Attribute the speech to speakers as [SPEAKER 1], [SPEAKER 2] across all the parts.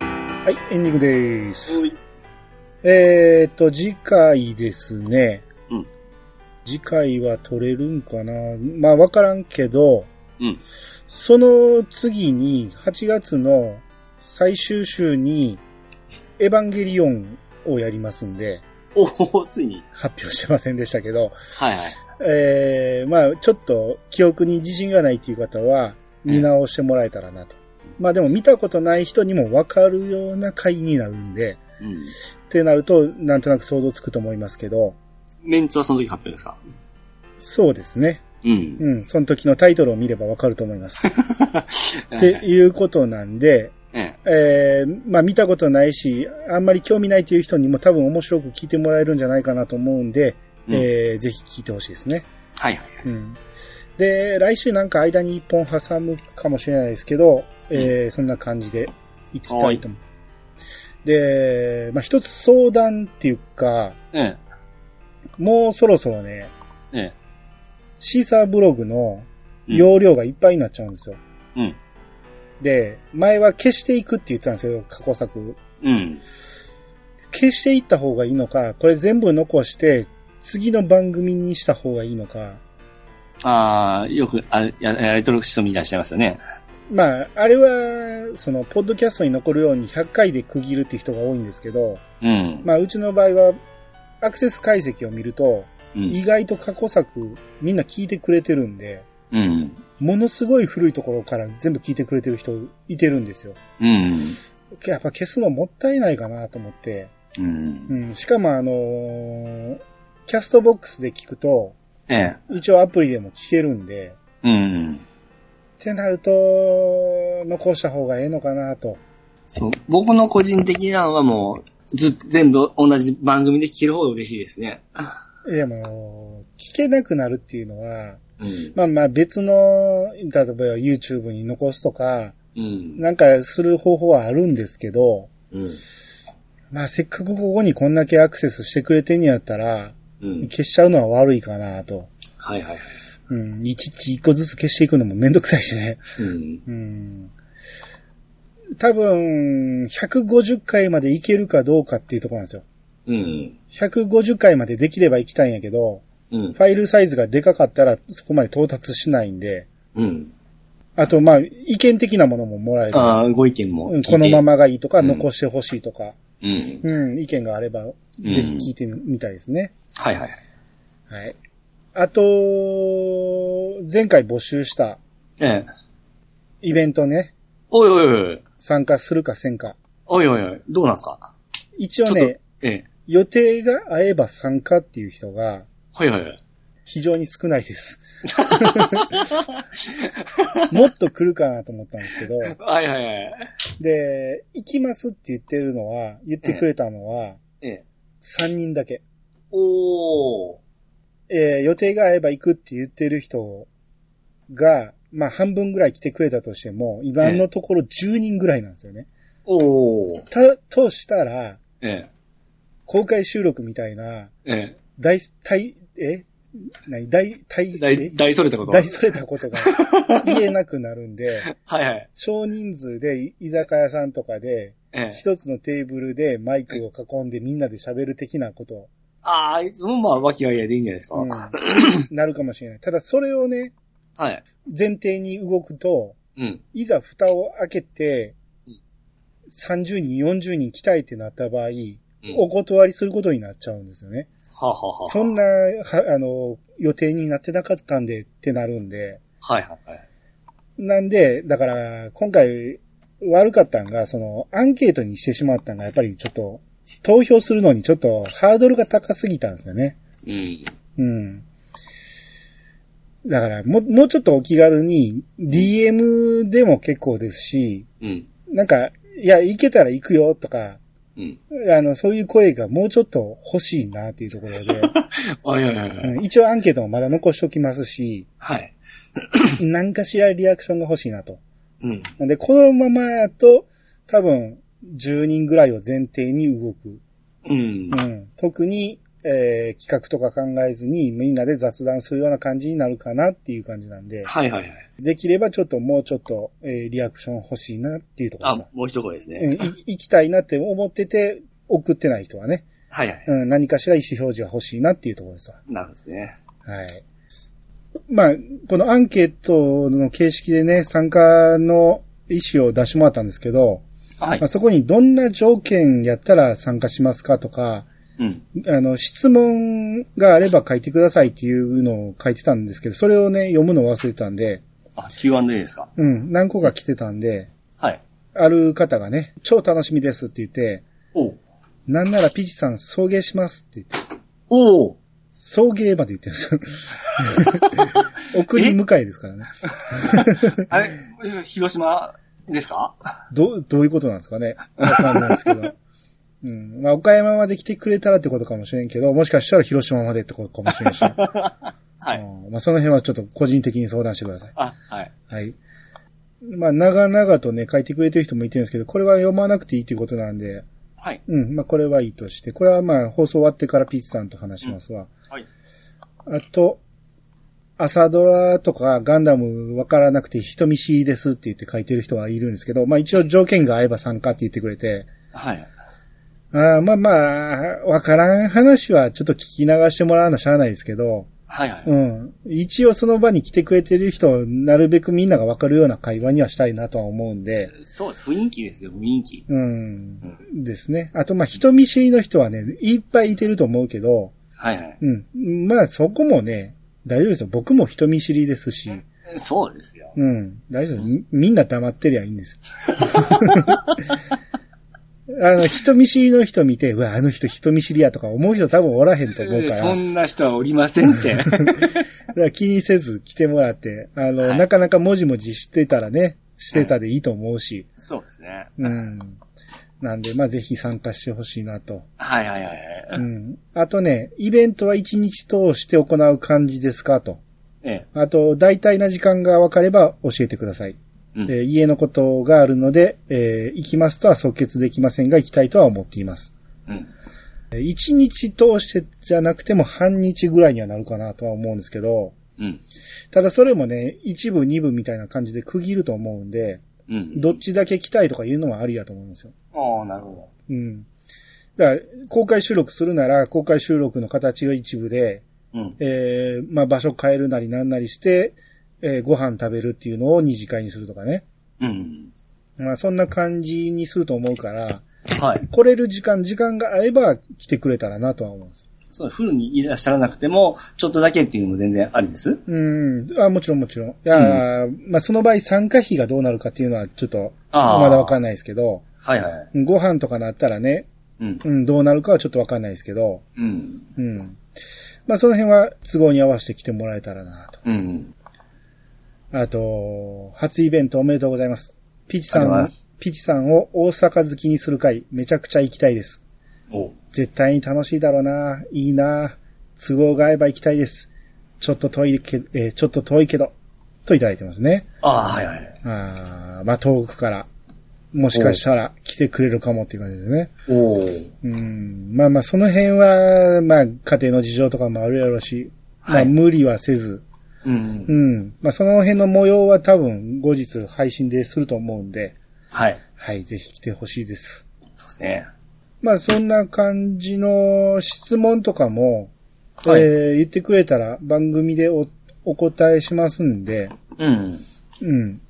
[SPEAKER 1] はい、エンディングです。
[SPEAKER 2] はい。
[SPEAKER 1] えーっと、次回ですね。
[SPEAKER 2] うん
[SPEAKER 1] 次回は取れるんかなまあ、わからんけど、
[SPEAKER 2] うん
[SPEAKER 1] その次に、8月の最終週に、エヴァンゲリオンをやりますんで、
[SPEAKER 2] おお、ついに。
[SPEAKER 1] 発表してませんでしたけど、
[SPEAKER 2] はいはい。
[SPEAKER 1] えー、まあ、ちょっと記憶に自信がないという方は、見直してもらえたらなと。まあでも見たことない人にもわかるような回になるんで、
[SPEAKER 2] うん。
[SPEAKER 1] ってなると、なんとなく想像つくと思いますけど、
[SPEAKER 2] メンツはその時発表ですか
[SPEAKER 1] そうですね。
[SPEAKER 2] うん。
[SPEAKER 1] うん、その時のタイトルを見ればわかると思います。っ
[SPEAKER 2] はいは
[SPEAKER 1] て
[SPEAKER 2] い
[SPEAKER 1] いうことなんで、
[SPEAKER 2] え
[SPEAKER 1] えー、まあ見たことないし、あんまり興味ないという人にも多分面白く聞いてもらえるんじゃないかなと思うんで、
[SPEAKER 2] えうん
[SPEAKER 1] えー、ぜひ聞いてほしいですね。
[SPEAKER 2] はいはい。
[SPEAKER 1] うん。で、来週なんか間に一本挟むかもしれないですけど、えーそんな感じでいきたいと思います。で、まあ、一つ相談っていうか、
[SPEAKER 2] ええ。
[SPEAKER 1] もうそろそろね、
[SPEAKER 2] ええ。
[SPEAKER 1] シーサーブログの
[SPEAKER 2] うん
[SPEAKER 1] 容量がいっぱいになっちゃうんですよ。
[SPEAKER 2] うん。
[SPEAKER 1] で、前は消していくって言ってたんですよ、過去作。
[SPEAKER 2] うん。
[SPEAKER 1] 消していった方がいいのか、これ全部残して、次の番組にした方がいいのか。
[SPEAKER 2] ああ、よく、あややられてる人もいらっしゃいますよね。
[SPEAKER 1] まあ、あれは、その、ポッドキャストに残るように100回で区切るっていう人が多いんですけど、
[SPEAKER 2] うん。
[SPEAKER 1] まあ、うちの場合は、アクセス解析を見ると、
[SPEAKER 2] うん。
[SPEAKER 1] 意外と過去作、みんな聞いてくれてるんで、
[SPEAKER 2] うん。
[SPEAKER 1] ものすごい古いところから全部聞いてくれてる人いてるんですよ。
[SPEAKER 2] うん。
[SPEAKER 1] やっぱ消すのもったいないかなと思って、
[SPEAKER 2] うん。
[SPEAKER 1] うん、しかもあのーキャストボックスで聞くと、
[SPEAKER 2] ええ。
[SPEAKER 1] 一応アプリでも聞けるんで、
[SPEAKER 2] うん。
[SPEAKER 1] ってなると、残した方がええのかなと。
[SPEAKER 2] そう。僕の個人的なのはもう、ずっと全部同じ番組で聞ける方が嬉しいですね。
[SPEAKER 1] でも、聞けなくなるっていうのは、
[SPEAKER 2] うん。
[SPEAKER 1] まあまあ別の、例えば YouTube に残すとか、
[SPEAKER 2] うん。
[SPEAKER 1] なんかする方法はあるんですけど、
[SPEAKER 2] うん。
[SPEAKER 1] まあせっかくここにこんだけアクセスしてくれてんやったら、
[SPEAKER 2] うん。
[SPEAKER 1] 消しちゃうのは悪いかなと。
[SPEAKER 2] はいはいはい。
[SPEAKER 1] うん、いちいち一個ずつ消していくのもめんどくさいしね。
[SPEAKER 2] うん。
[SPEAKER 1] うん。多分、150回までいけるかどうかっていうところなんですよ。
[SPEAKER 2] うん。
[SPEAKER 1] 150回までできれば行きたいんやけど、
[SPEAKER 2] うん
[SPEAKER 1] フ。ァイルサイズがでかかったらそこまで到達しないんで、
[SPEAKER 2] うん。
[SPEAKER 1] あと、まあ、意見的なものももらえる。
[SPEAKER 2] ああ、ご意見も
[SPEAKER 1] う
[SPEAKER 2] 聞
[SPEAKER 1] ん
[SPEAKER 2] いて。
[SPEAKER 1] このままがいいとか、
[SPEAKER 2] うん
[SPEAKER 1] 残してほしいとか、
[SPEAKER 2] うん。
[SPEAKER 1] うん、意見があれば、ぜひ聞いてみたいですね。
[SPEAKER 2] はいはい。
[SPEAKER 1] はい。あと、前回募集した
[SPEAKER 2] ええ。
[SPEAKER 1] イベントね、
[SPEAKER 2] おいおいおいおい。
[SPEAKER 1] 参加するかせんか。
[SPEAKER 2] おいおいおい。どうなんすか
[SPEAKER 1] 一応
[SPEAKER 2] ちょっ
[SPEAKER 1] ね
[SPEAKER 2] と、ええ。
[SPEAKER 1] 予定が合えば参加っていう人が
[SPEAKER 2] はいはいはい。
[SPEAKER 1] 非常に少ないです。 もっと来るかなと思ったんですけど、
[SPEAKER 2] はいはいはい。
[SPEAKER 1] で、行きますって言ってるのは、言ってくれたのは、
[SPEAKER 2] ええ。
[SPEAKER 1] 3人だけ。
[SPEAKER 2] おー。
[SPEAKER 1] えー予定が合えば行くって言ってる人が、まあ半分ぐらい来てくれたとしても、今のところ10人ぐらいなんですよね。
[SPEAKER 2] おー。
[SPEAKER 1] た、としたら、
[SPEAKER 2] ええ。
[SPEAKER 1] 公開収録みたいな、
[SPEAKER 2] ええ。
[SPEAKER 1] 大、大、え何大、大、え
[SPEAKER 2] 大、大それたこと
[SPEAKER 1] 大それたことが言えなくなるんで、
[SPEAKER 2] はいはい。
[SPEAKER 1] 少人数でい居酒屋さんとかで、
[SPEAKER 2] ええ。
[SPEAKER 1] 一つのテーブルでマイクを囲んでみんなで喋る的なこと、
[SPEAKER 2] ああ、いつもまあ、和気あいあいでいいんじゃないですか。
[SPEAKER 1] うんなるかもしれない。ただそれをね、
[SPEAKER 2] はい。
[SPEAKER 1] 前提に動くと、
[SPEAKER 2] うん。
[SPEAKER 1] いざ蓋を開けて
[SPEAKER 2] うん、
[SPEAKER 1] 30人、40人来たいってなった場合、
[SPEAKER 2] うん
[SPEAKER 1] お断りすることになっちゃうんですよね。
[SPEAKER 2] はあ、はあはあ、
[SPEAKER 1] そんな、はあの、予定になってなかったんでってなるんで。
[SPEAKER 2] はいはいはい。
[SPEAKER 1] なんで、だから、今回、悪かったんが、その、アンケートにしてしまったんが、やっぱりちょっと、投票するのにちょっとハードルが高すぎたんですよね。
[SPEAKER 2] うん。
[SPEAKER 1] うん。だから、もう、もうちょっとお気軽に、DM でも結構ですし、
[SPEAKER 2] うん。
[SPEAKER 1] なんか、いや、行けたら行くよとか、
[SPEAKER 2] うん。
[SPEAKER 1] あの、そういう声がもうちょっと欲しいなっていうところ
[SPEAKER 2] あ、いやいやいや。
[SPEAKER 1] で、うん一応アンケートもまだ残しておきますし、
[SPEAKER 2] はい。
[SPEAKER 1] 何かしらリアクションが欲しいなと。
[SPEAKER 2] うん。
[SPEAKER 1] なんで、このままやと、多分、10人ぐらいを前提に動く。
[SPEAKER 2] うん
[SPEAKER 1] う。ん。特に、えー企画とか考えずに、みんなで雑談するような感じになるかなっていう感じなんで、
[SPEAKER 2] はいはいはい。
[SPEAKER 1] できればちょっともうちょっと、えーリアクション欲しいなっていうところ
[SPEAKER 2] あ
[SPEAKER 1] です、
[SPEAKER 2] もう一声です
[SPEAKER 1] うん
[SPEAKER 2] ね。
[SPEAKER 1] い行きたいなって思ってて、送ってない人はね、
[SPEAKER 2] はいはい。
[SPEAKER 1] うん、何かしら意思表示が欲しいなっていうところですわ。
[SPEAKER 2] なるんですね。
[SPEAKER 1] はい。まあ、このアンケートの形式でね、参加の意思を出してもらったんですけど、
[SPEAKER 2] はい
[SPEAKER 1] まあ、。そこにどんな条件やったら参加しますかとか、
[SPEAKER 2] うん。
[SPEAKER 1] あの、質問があれば書いてくださいっていうのを書いてたんですけど、それをね、読むの忘れたんで、
[SPEAKER 2] あ、Q&A ですか
[SPEAKER 1] うん、何個か来てたんで、
[SPEAKER 2] はい。
[SPEAKER 1] ある方がね、超楽しみですって言って、
[SPEAKER 2] おう
[SPEAKER 1] なんならピチさん送迎しますって言って、
[SPEAKER 2] おう
[SPEAKER 1] 送迎まで言ってるん ですよ。送り迎えですからね。
[SPEAKER 2] あれ、広島ですか
[SPEAKER 1] ど、どういうことなんですかね。わかんないですけ ど。うん。まあ、岡山まで来てくれたらってことかもしれんけど、もしかしたら広島までってことかもしれんし。
[SPEAKER 2] は
[SPEAKER 1] う
[SPEAKER 2] い。
[SPEAKER 1] んまあ、その辺はちょっと個人的に相談してください。
[SPEAKER 2] あ、はい。
[SPEAKER 1] はい。まあ、長々とね、書いてくれてる人もいてるんですけど、これは読まなくていいっていうことなんで、
[SPEAKER 2] はい。
[SPEAKER 1] うん。まあ、これはいいとして、これはまあ、放送終わってからピーチさんと話しますわ。
[SPEAKER 2] はい。
[SPEAKER 1] あと、朝ドラとかガンダムわからなくて人見知りですって言って書いてる人はいるんですけど、まあ一応条件が合えば参加って言ってくれて、
[SPEAKER 2] はい。
[SPEAKER 1] あーまあまあ、わからん話はちょっと聞き流してもらわなしゃあないですけど、。
[SPEAKER 2] はいはいう
[SPEAKER 1] ん。一応その場に来てくれてる人、なるべくみんながわかるような会話にはしたいなとは思うんで、
[SPEAKER 2] そう、雰囲気ですよ、雰囲気。
[SPEAKER 1] うん。ですね。あとまあ人見知りの人はね、いっぱいいてると思うけど、
[SPEAKER 2] はいはい。
[SPEAKER 1] うん。まあそこもね、大丈夫ですよ。僕も人見知りですし、
[SPEAKER 2] そうですよ。
[SPEAKER 1] うん。大丈夫。みみんな黙ってりゃいいんですよ。 あの、人見知りの人見て、うわ、あの人人見知りやとか思う人多分おらへんと思うから、
[SPEAKER 2] そんな人はおりませんって。
[SPEAKER 1] だから気にせず来てもらって、あの、
[SPEAKER 2] はい
[SPEAKER 1] なかなかもじもじしてたらね、してたでいいと思うし、
[SPEAKER 2] そうですね。
[SPEAKER 1] うん。なんで、まあ、ぜひ参加してほしいなと。
[SPEAKER 2] はいはいは
[SPEAKER 1] う
[SPEAKER 2] い。はい
[SPEAKER 1] ん。あとね、イベントは1日通して行う感じですかと。
[SPEAKER 2] ええ。
[SPEAKER 1] あと、大体な時間が分かれば教えてください。
[SPEAKER 2] うん
[SPEAKER 1] えー家のことがあるので、えー行きますとは即決できませんが、行きたいとは思っています。
[SPEAKER 2] うん。
[SPEAKER 1] えー一日通してじゃなくても半日ぐらいにはなるかなとは思うんですけど、
[SPEAKER 2] うん。
[SPEAKER 1] ただそれもね、一部二部みたいな感じで区切ると思うんで、
[SPEAKER 2] うん。
[SPEAKER 1] どっちだけ来たいとかいうのはありやと思うんですよ。
[SPEAKER 2] ああ、なるほ
[SPEAKER 1] うん。だから、公開収録するなら、公開収録の形が一部で、
[SPEAKER 2] ど。うん。
[SPEAKER 1] えーまあ場所変えるなりなんなりして、えーご飯食べるっていうのを二次会にするとかね。
[SPEAKER 2] うん。
[SPEAKER 1] まあそんな感じにすると思うから、
[SPEAKER 2] はい。
[SPEAKER 1] 来れる時間、時間が合えば来てくれたらなとは思うんです。
[SPEAKER 2] そう、フルにいらっしゃらなくても、ちょっとだけっていうのも全然ありです。
[SPEAKER 1] うん。あ、もちろんもちろん。いやー、まあその場合参加費がどうなるかっていうのはちょっと、
[SPEAKER 2] あー
[SPEAKER 1] まだわかんないですけど、
[SPEAKER 2] はいはい。
[SPEAKER 1] ご飯とかなったらね、
[SPEAKER 2] うん。
[SPEAKER 1] うん、どうなるかはちょっとわかんないですけど、
[SPEAKER 2] うん。
[SPEAKER 1] うん。まあその辺は都合に合わせて来てもらえたらなと。
[SPEAKER 2] うん。
[SPEAKER 1] あと、初イベントおめでとうございます。ピチさ
[SPEAKER 2] ありがとうござい
[SPEAKER 1] ん
[SPEAKER 2] ます、
[SPEAKER 1] ピチさんを大阪好きにする会、めちゃくちゃ行きたいです。
[SPEAKER 2] お
[SPEAKER 1] 絶対に楽しいだろうな。いいな。都合が合えば行きたいです。ちょっと遠いけ、えーちょっと遠いけど、といただいてますね。
[SPEAKER 2] ああ、はいはい。
[SPEAKER 1] あーまあ遠くから、もしかしたら来てくれるかもっていう感じですね。
[SPEAKER 2] おお。
[SPEAKER 1] うん。まあまあその辺は、まあ家庭の事情とかもあるやろうし、ま
[SPEAKER 2] は
[SPEAKER 1] あ
[SPEAKER 2] い
[SPEAKER 1] 無理はせず、
[SPEAKER 2] うん
[SPEAKER 1] う。ん。まあその辺の模様は多分後日配信ですると思うんで、
[SPEAKER 2] はい。
[SPEAKER 1] はい、ぜひ来てほしいです。
[SPEAKER 2] そうですね。
[SPEAKER 1] まあそんな感じの質問とかも、
[SPEAKER 2] はい
[SPEAKER 1] えー言ってくれたら番組でおお答えしますんで、
[SPEAKER 2] うん。
[SPEAKER 1] うん。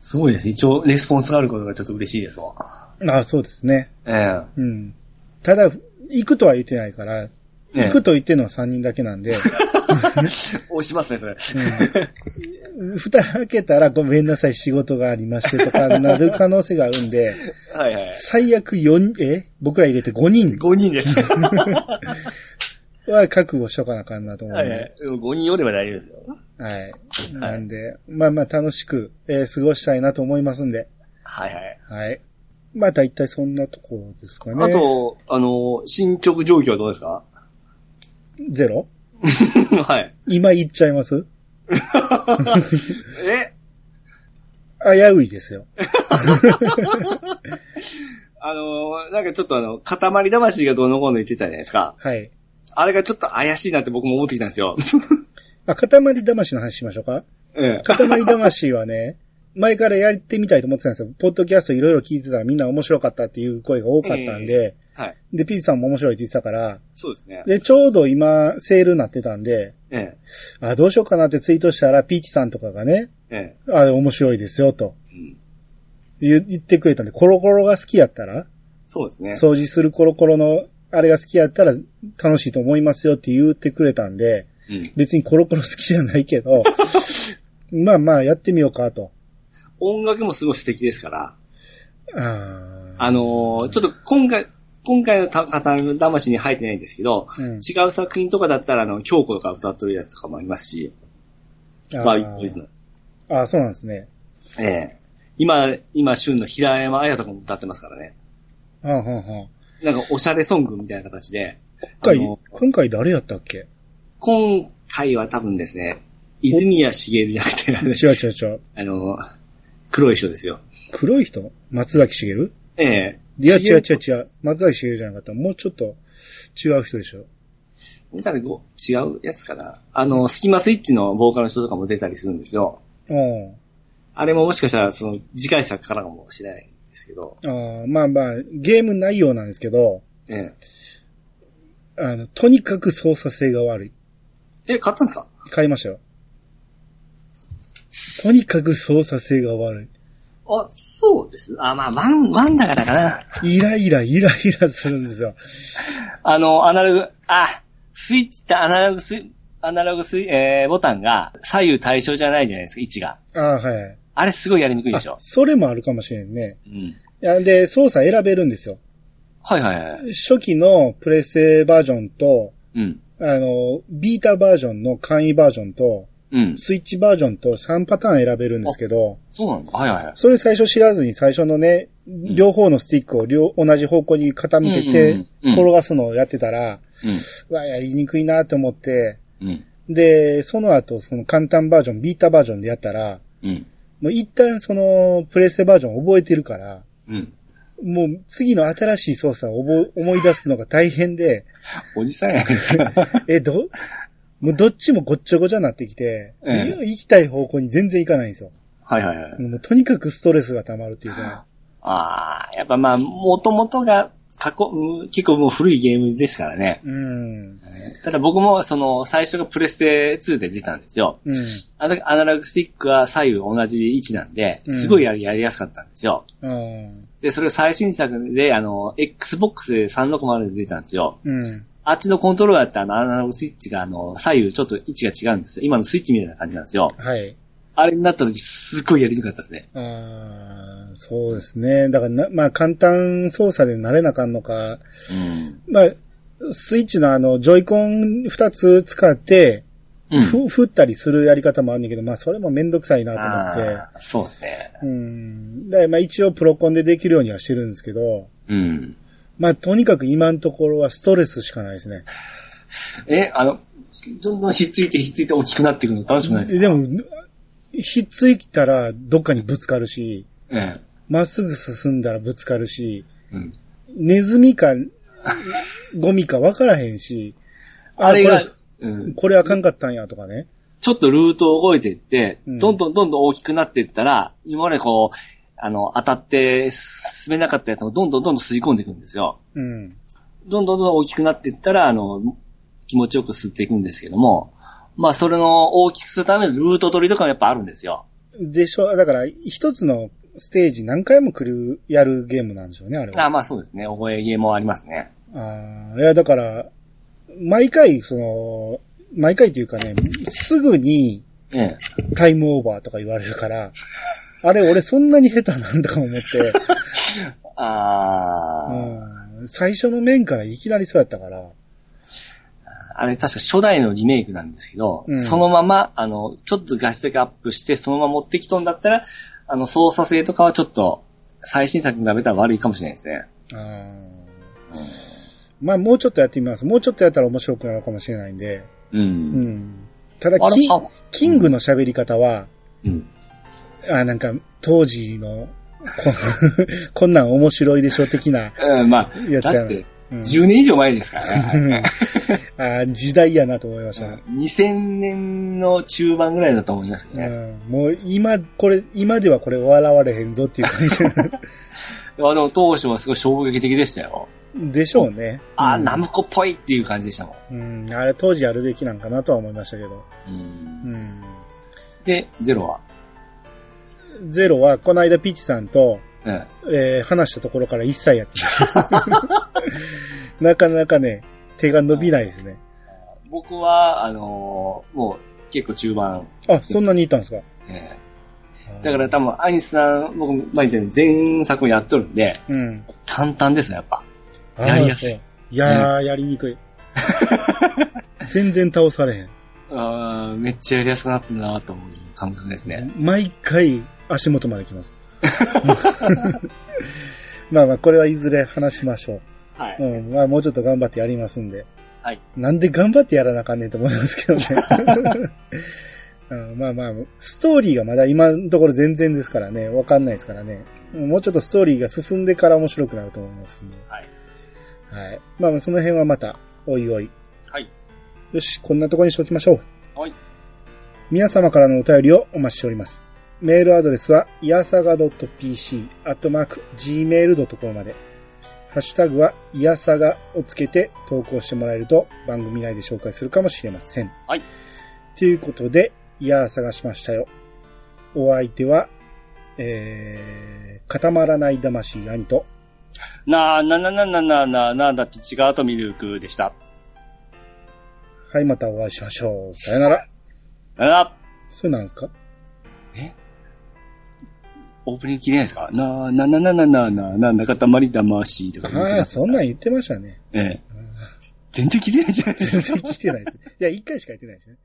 [SPEAKER 2] すごいです。一応、レスポンスがあることがちょっと嬉しいですわ。
[SPEAKER 1] あそうですね。
[SPEAKER 2] ええ。
[SPEAKER 1] うん。ただ、行くとは言ってないから、
[SPEAKER 2] ええ
[SPEAKER 1] 行くと言ってるのは3人だけなんで、
[SPEAKER 2] 押しますね、それ。
[SPEAKER 1] 蓋開けたらごめんなさい仕事がありましてとかなる可能性があるんで、
[SPEAKER 2] はいはい。
[SPEAKER 1] 最悪4、え僕ら入れて5人
[SPEAKER 2] 5人です。は
[SPEAKER 1] は覚悟しとかなあかんなと思うん
[SPEAKER 2] いは
[SPEAKER 1] で。
[SPEAKER 2] い。5人おれば大丈夫ですよ。
[SPEAKER 1] はい。なんで、まあまあ楽しく、えー過ごしたいなと思いますんで。
[SPEAKER 2] はいはい。
[SPEAKER 1] はい。まあ大体そんなところですかね。
[SPEAKER 2] あ、と、あの、進捗状況はどうですか
[SPEAKER 1] ゼロ
[SPEAKER 2] はい。
[SPEAKER 1] 今言っちゃいます
[SPEAKER 2] え
[SPEAKER 1] 危ういですよ。
[SPEAKER 2] 危あのー、なんかちょっとあの、塊魂がどうのこうの言ってたじゃないですか。
[SPEAKER 1] はい。
[SPEAKER 2] あれがちょっと怪しいなって僕も思ってきたんですよ。
[SPEAKER 1] あ、塊魂の話しましょうか。
[SPEAKER 2] うん。
[SPEAKER 1] 塊魂は ね、前からやってみたいと思ってたんですよ。ポッドキャストいろいろ聞いてたらみんな面白かったっていう声が多かったんで、
[SPEAKER 2] はい。
[SPEAKER 1] で、ピーチさんも面白いって言ってたから、
[SPEAKER 2] そうですね。
[SPEAKER 1] で、ちょうど今、セールになってたんで、
[SPEAKER 2] ええ。
[SPEAKER 1] あ、どうしようかなってツイートしたら、ピーチさんとかがね、
[SPEAKER 2] ええ。
[SPEAKER 1] あ、面白いですよ、と
[SPEAKER 2] うん。
[SPEAKER 1] 言言ってくれたんで、コロコロが好きやったら、
[SPEAKER 2] そうですね。
[SPEAKER 1] 掃除するコロコロの、あれが好きやったら楽しいと思いますよって言ってくれたん で、
[SPEAKER 2] うん。
[SPEAKER 1] 別にコロコロ好きじゃないけ ど、まあまあやってみようかと。
[SPEAKER 2] 音楽もすごい素敵ですから。
[SPEAKER 1] あー
[SPEAKER 2] あのーちょっと今回、今回のの魂に入ってないんですけど、
[SPEAKER 1] うん
[SPEAKER 2] 違う作品とかだったら、あの、京子が歌ってるやつとかもありますし、まあ、唯一の
[SPEAKER 1] あーそうなんですね。
[SPEAKER 2] ええ今、今、旬の平山綾とかも歌ってますからね。
[SPEAKER 1] あーはんはん
[SPEAKER 2] なんか、おしゃれソングみたいな形で、
[SPEAKER 1] 今
[SPEAKER 2] あ
[SPEAKER 1] 回
[SPEAKER 2] の、
[SPEAKER 1] 今回誰やったっけ
[SPEAKER 2] 今回は多分ですね、泉谷茂じゃなくて、あの
[SPEAKER 1] 違う違う違う。
[SPEAKER 2] あのー黒い人ですよ。
[SPEAKER 1] 黒い人松崎しげる
[SPEAKER 2] ええ
[SPEAKER 1] いや、違う違
[SPEAKER 2] う。
[SPEAKER 1] う違う。松崎しげるじゃなかった。もうちょっと違う人でしょ。
[SPEAKER 2] なんかご違うやつかな。あの、スキマスイッチのボーカルの人とかも出たりするんですよ。
[SPEAKER 1] うん。
[SPEAKER 2] あれももしかしたら、その、次回作からかもしれないんですけど、
[SPEAKER 1] あーまあまあ、ゲーム内容なんですけど、
[SPEAKER 2] え
[SPEAKER 1] あの、とにかく操作性が悪い。
[SPEAKER 2] え。え、買ったんですか
[SPEAKER 1] 買いましたよ。とにかく操作性が悪
[SPEAKER 2] あ、そうです。あ、まあ、ワン、ワンだからかな。
[SPEAKER 1] い。イライラ、イライラするんですよ。
[SPEAKER 2] あの、アナログ、あ、スイッチってアナログスイ、アナログスイ、えー、ボタンが左右対称じゃないじゃないですか、位置が。
[SPEAKER 1] ああー、はい。
[SPEAKER 2] あれすごいやりにくいで
[SPEAKER 1] あ
[SPEAKER 2] しょ。
[SPEAKER 1] それもあるかもしれんね。
[SPEAKER 2] うん。
[SPEAKER 1] あで、操作選べるんですよ。
[SPEAKER 2] はいはいはい。
[SPEAKER 1] 初期のプレステバージョンと、
[SPEAKER 2] うん。
[SPEAKER 1] あの、ビータバージョンの簡易バージョンと、
[SPEAKER 2] うん。
[SPEAKER 1] スイッチバージョンと3パターン選べるんですけど、
[SPEAKER 2] そうなんだ。はいはいはい。
[SPEAKER 1] それ最初知らずに最初のね、両方のスティックを両同じ方向に傾け
[SPEAKER 2] うんう
[SPEAKER 1] て
[SPEAKER 2] んうんうん
[SPEAKER 1] 転がすのをやってたら、うわ、やりにくいなと思って、
[SPEAKER 2] うん。うん。
[SPEAKER 1] で、その後、その簡単バージョン、ビータバージョンでやったら、
[SPEAKER 2] うん。
[SPEAKER 1] もう一旦その、プレステバージョン覚えてるから、
[SPEAKER 2] うん。
[SPEAKER 1] もう次の新しい操作を覚え思い出すのが大変で、
[SPEAKER 2] おじさんやないですか。
[SPEAKER 1] え、ど、もうどっちもごっちゃごちゃになってきて、
[SPEAKER 2] ええ
[SPEAKER 1] いや行きたい方向に全然行かないんですよ。
[SPEAKER 2] はいはいはい。
[SPEAKER 1] もうとにかくストレスが溜まるっていうか、
[SPEAKER 2] ああ、やっぱまあ、もともとが過去、うん結構もう古いゲームですからね。
[SPEAKER 1] うん。
[SPEAKER 2] ただ僕もその最初がプレステ2で出たんですよ。
[SPEAKER 1] うん。
[SPEAKER 2] あのアナログスティックは左右同じ位置なんで、
[SPEAKER 1] うん
[SPEAKER 2] すごいやりやりやすかったんですよ。
[SPEAKER 1] うん。
[SPEAKER 2] で、それが最新作で、あの、Xbox で360で出たんですよ。
[SPEAKER 1] うん。
[SPEAKER 2] あっちのコントローラーってあのアナログスイッチがあの、左右ちょっと位置が違うんですよ。今のスイッチみたいな感じなんですよ。
[SPEAKER 1] はい。
[SPEAKER 2] あれになった時すっごいやりにくかったですね。
[SPEAKER 1] あーそうですね。だからな、まあ簡単操作で慣れなあかんのか、まあ、スイッチのあの、ジョイコン2つ使って、
[SPEAKER 2] うん。うん。
[SPEAKER 1] ふ、振ったりするやり方もあるんだけど、まあそれもめんどくさいなと思って
[SPEAKER 2] あ。ーそうですね。
[SPEAKER 1] うん。で、まあ一応プロコンでできるようにはしてるんですけど、
[SPEAKER 2] うん。
[SPEAKER 1] まあとにかく今のところはストレスしかないですね。
[SPEAKER 2] え、あの、どんどんひっついてひっついて大きくなっていくの楽しくないですか
[SPEAKER 1] でも、ひっついたらどっかにぶつかるし、
[SPEAKER 2] え
[SPEAKER 1] まっすぐ進んだらぶつかるし、
[SPEAKER 2] え。うん。
[SPEAKER 1] ネズミか、ゴミか分からへんし、
[SPEAKER 2] あれが
[SPEAKER 1] こ、
[SPEAKER 2] う
[SPEAKER 1] れ、
[SPEAKER 2] ん、
[SPEAKER 1] これあかんかったんやとかね。
[SPEAKER 2] ちょっとルートを動いていって、
[SPEAKER 1] うん
[SPEAKER 2] どんどんどんどん大きくなっていったら、今までこう、あの、当たって進めなかったやつもどんどんどんどん吸い込んでいくんですよ。
[SPEAKER 1] うん。
[SPEAKER 2] どんどんどんどん大きくなっていったら、あの、気持ちよく吸っていくんですけども、まあ、それの大きくするためのルート取りとかもやっぱあるんですよ。
[SPEAKER 1] でしょ、だから、一つのステージ何回も来る、やるゲームなんでしょうね、あれは。
[SPEAKER 2] あまあそうですね。覚えゲーもありますね。
[SPEAKER 1] ああ、いや、だから、毎回、その、毎回というかね、すぐに
[SPEAKER 2] ええ。
[SPEAKER 1] タイムオーバーとか言われる から、あれ、俺そんなに下手なんだか思って、
[SPEAKER 2] あー。
[SPEAKER 1] うん最初の面からいきなりそうやったから、
[SPEAKER 2] あれ確か初代のリメイクなんですけど、
[SPEAKER 1] うん
[SPEAKER 2] そのまま、あの、ちょっと画質だけアップして、そのまま持ってきとんだったら、あの、操作性とかはちょっと、最新作に比べたら悪いかもしれないですね。
[SPEAKER 1] あーまあ、もうちょっとやってみます。もうちょっとやったら面白くなるかもしれないんで、
[SPEAKER 2] うん。
[SPEAKER 1] う
[SPEAKER 2] うん、
[SPEAKER 1] ん。ただ
[SPEAKER 2] あ、れ
[SPEAKER 1] キン
[SPEAKER 2] パワー
[SPEAKER 1] キングの喋り方は、
[SPEAKER 2] うん。
[SPEAKER 1] あなんか、当時の こんなん面白いでしょ的な
[SPEAKER 2] うん、ま
[SPEAKER 1] や
[SPEAKER 2] あ、
[SPEAKER 1] つやな
[SPEAKER 2] だって、
[SPEAKER 1] うん
[SPEAKER 2] 10年以上前です からね。
[SPEAKER 1] あー時代やなと思いましたね。
[SPEAKER 2] 2000年の中盤ぐらいだと思いますけどね。
[SPEAKER 1] うん、もう今、これ、今ではこれ笑われへんぞっていう感
[SPEAKER 2] いやでも当初はすごい衝撃的でしたよ。
[SPEAKER 1] じでしょうね。
[SPEAKER 2] あー、
[SPEAKER 1] うん
[SPEAKER 2] ナムコっぽいっていう感じでしたもん。
[SPEAKER 1] うん、あれ当時やるべきなんかなとは思いましたけど。
[SPEAKER 2] うん
[SPEAKER 1] うん。
[SPEAKER 2] で、ゼロは。
[SPEAKER 1] ゼロは、この間ピッチさんと、
[SPEAKER 2] うん。
[SPEAKER 1] えー話したところから一切やって ないなかなかね、手が伸びないですね。
[SPEAKER 2] 僕は、あのーもう結構中盤、
[SPEAKER 1] あ、そんなにいたんですか
[SPEAKER 2] えーだから、多分、アニスさん、僕、前に前作もやっとるんで、
[SPEAKER 1] うん。
[SPEAKER 2] 簡単ですね、やっぱ。
[SPEAKER 1] あー
[SPEAKER 2] やりやすい
[SPEAKER 1] そういやー、やりに くい。全然倒されへん。
[SPEAKER 2] あーめっちゃやりやすくなったなと思う感覚ですね。
[SPEAKER 1] 毎回足元まで来 ます。まあまあ、これはいずれ話しましょ
[SPEAKER 2] は
[SPEAKER 1] う。
[SPEAKER 2] い。
[SPEAKER 1] うん。まあ、もうちょっと頑張ってやりますんで。
[SPEAKER 2] はい。
[SPEAKER 1] なんで頑張ってやらなあかんねんと思いますけどね。 うん、まあまあ、ストーリーがまだ今のところ全然ですからね、わかんないですからね。もうちょっとストーリーが進んでから面白くなると思いますんで。
[SPEAKER 2] はい。
[SPEAKER 1] はい。まあ、その辺はまた、おいおい。
[SPEAKER 2] はい。
[SPEAKER 1] よし、こんなところにしておきましょう。
[SPEAKER 2] はい。
[SPEAKER 1] 皆様からのお便りをお待ちしております。メールアドレスは、いやさが .pc、アットマーク、gmail.com まで。ハッシュタグは、いやさがをつけて投稿してもらえると、番組内で紹介するかもしれません。
[SPEAKER 2] はい。
[SPEAKER 1] ということで、いやー探しましたよ。お相手は、えー、固まらない魂兄と、
[SPEAKER 2] なあなあなあなあなあなあなあだ、ピチガーとミルクでした。
[SPEAKER 1] はい、またお会いしましょう。さよな ら。
[SPEAKER 2] さよなら
[SPEAKER 1] それなんですか
[SPEAKER 2] オープニング切れないですかなあなあなあなあなあなあなあなあなかたまり魂とか言って
[SPEAKER 1] ああ、
[SPEAKER 2] ます
[SPEAKER 1] そんなん言ってましたね。
[SPEAKER 2] ええ。全然切れないじゃないですか
[SPEAKER 1] 全然来てないです。いや、一回しか言ってないですね。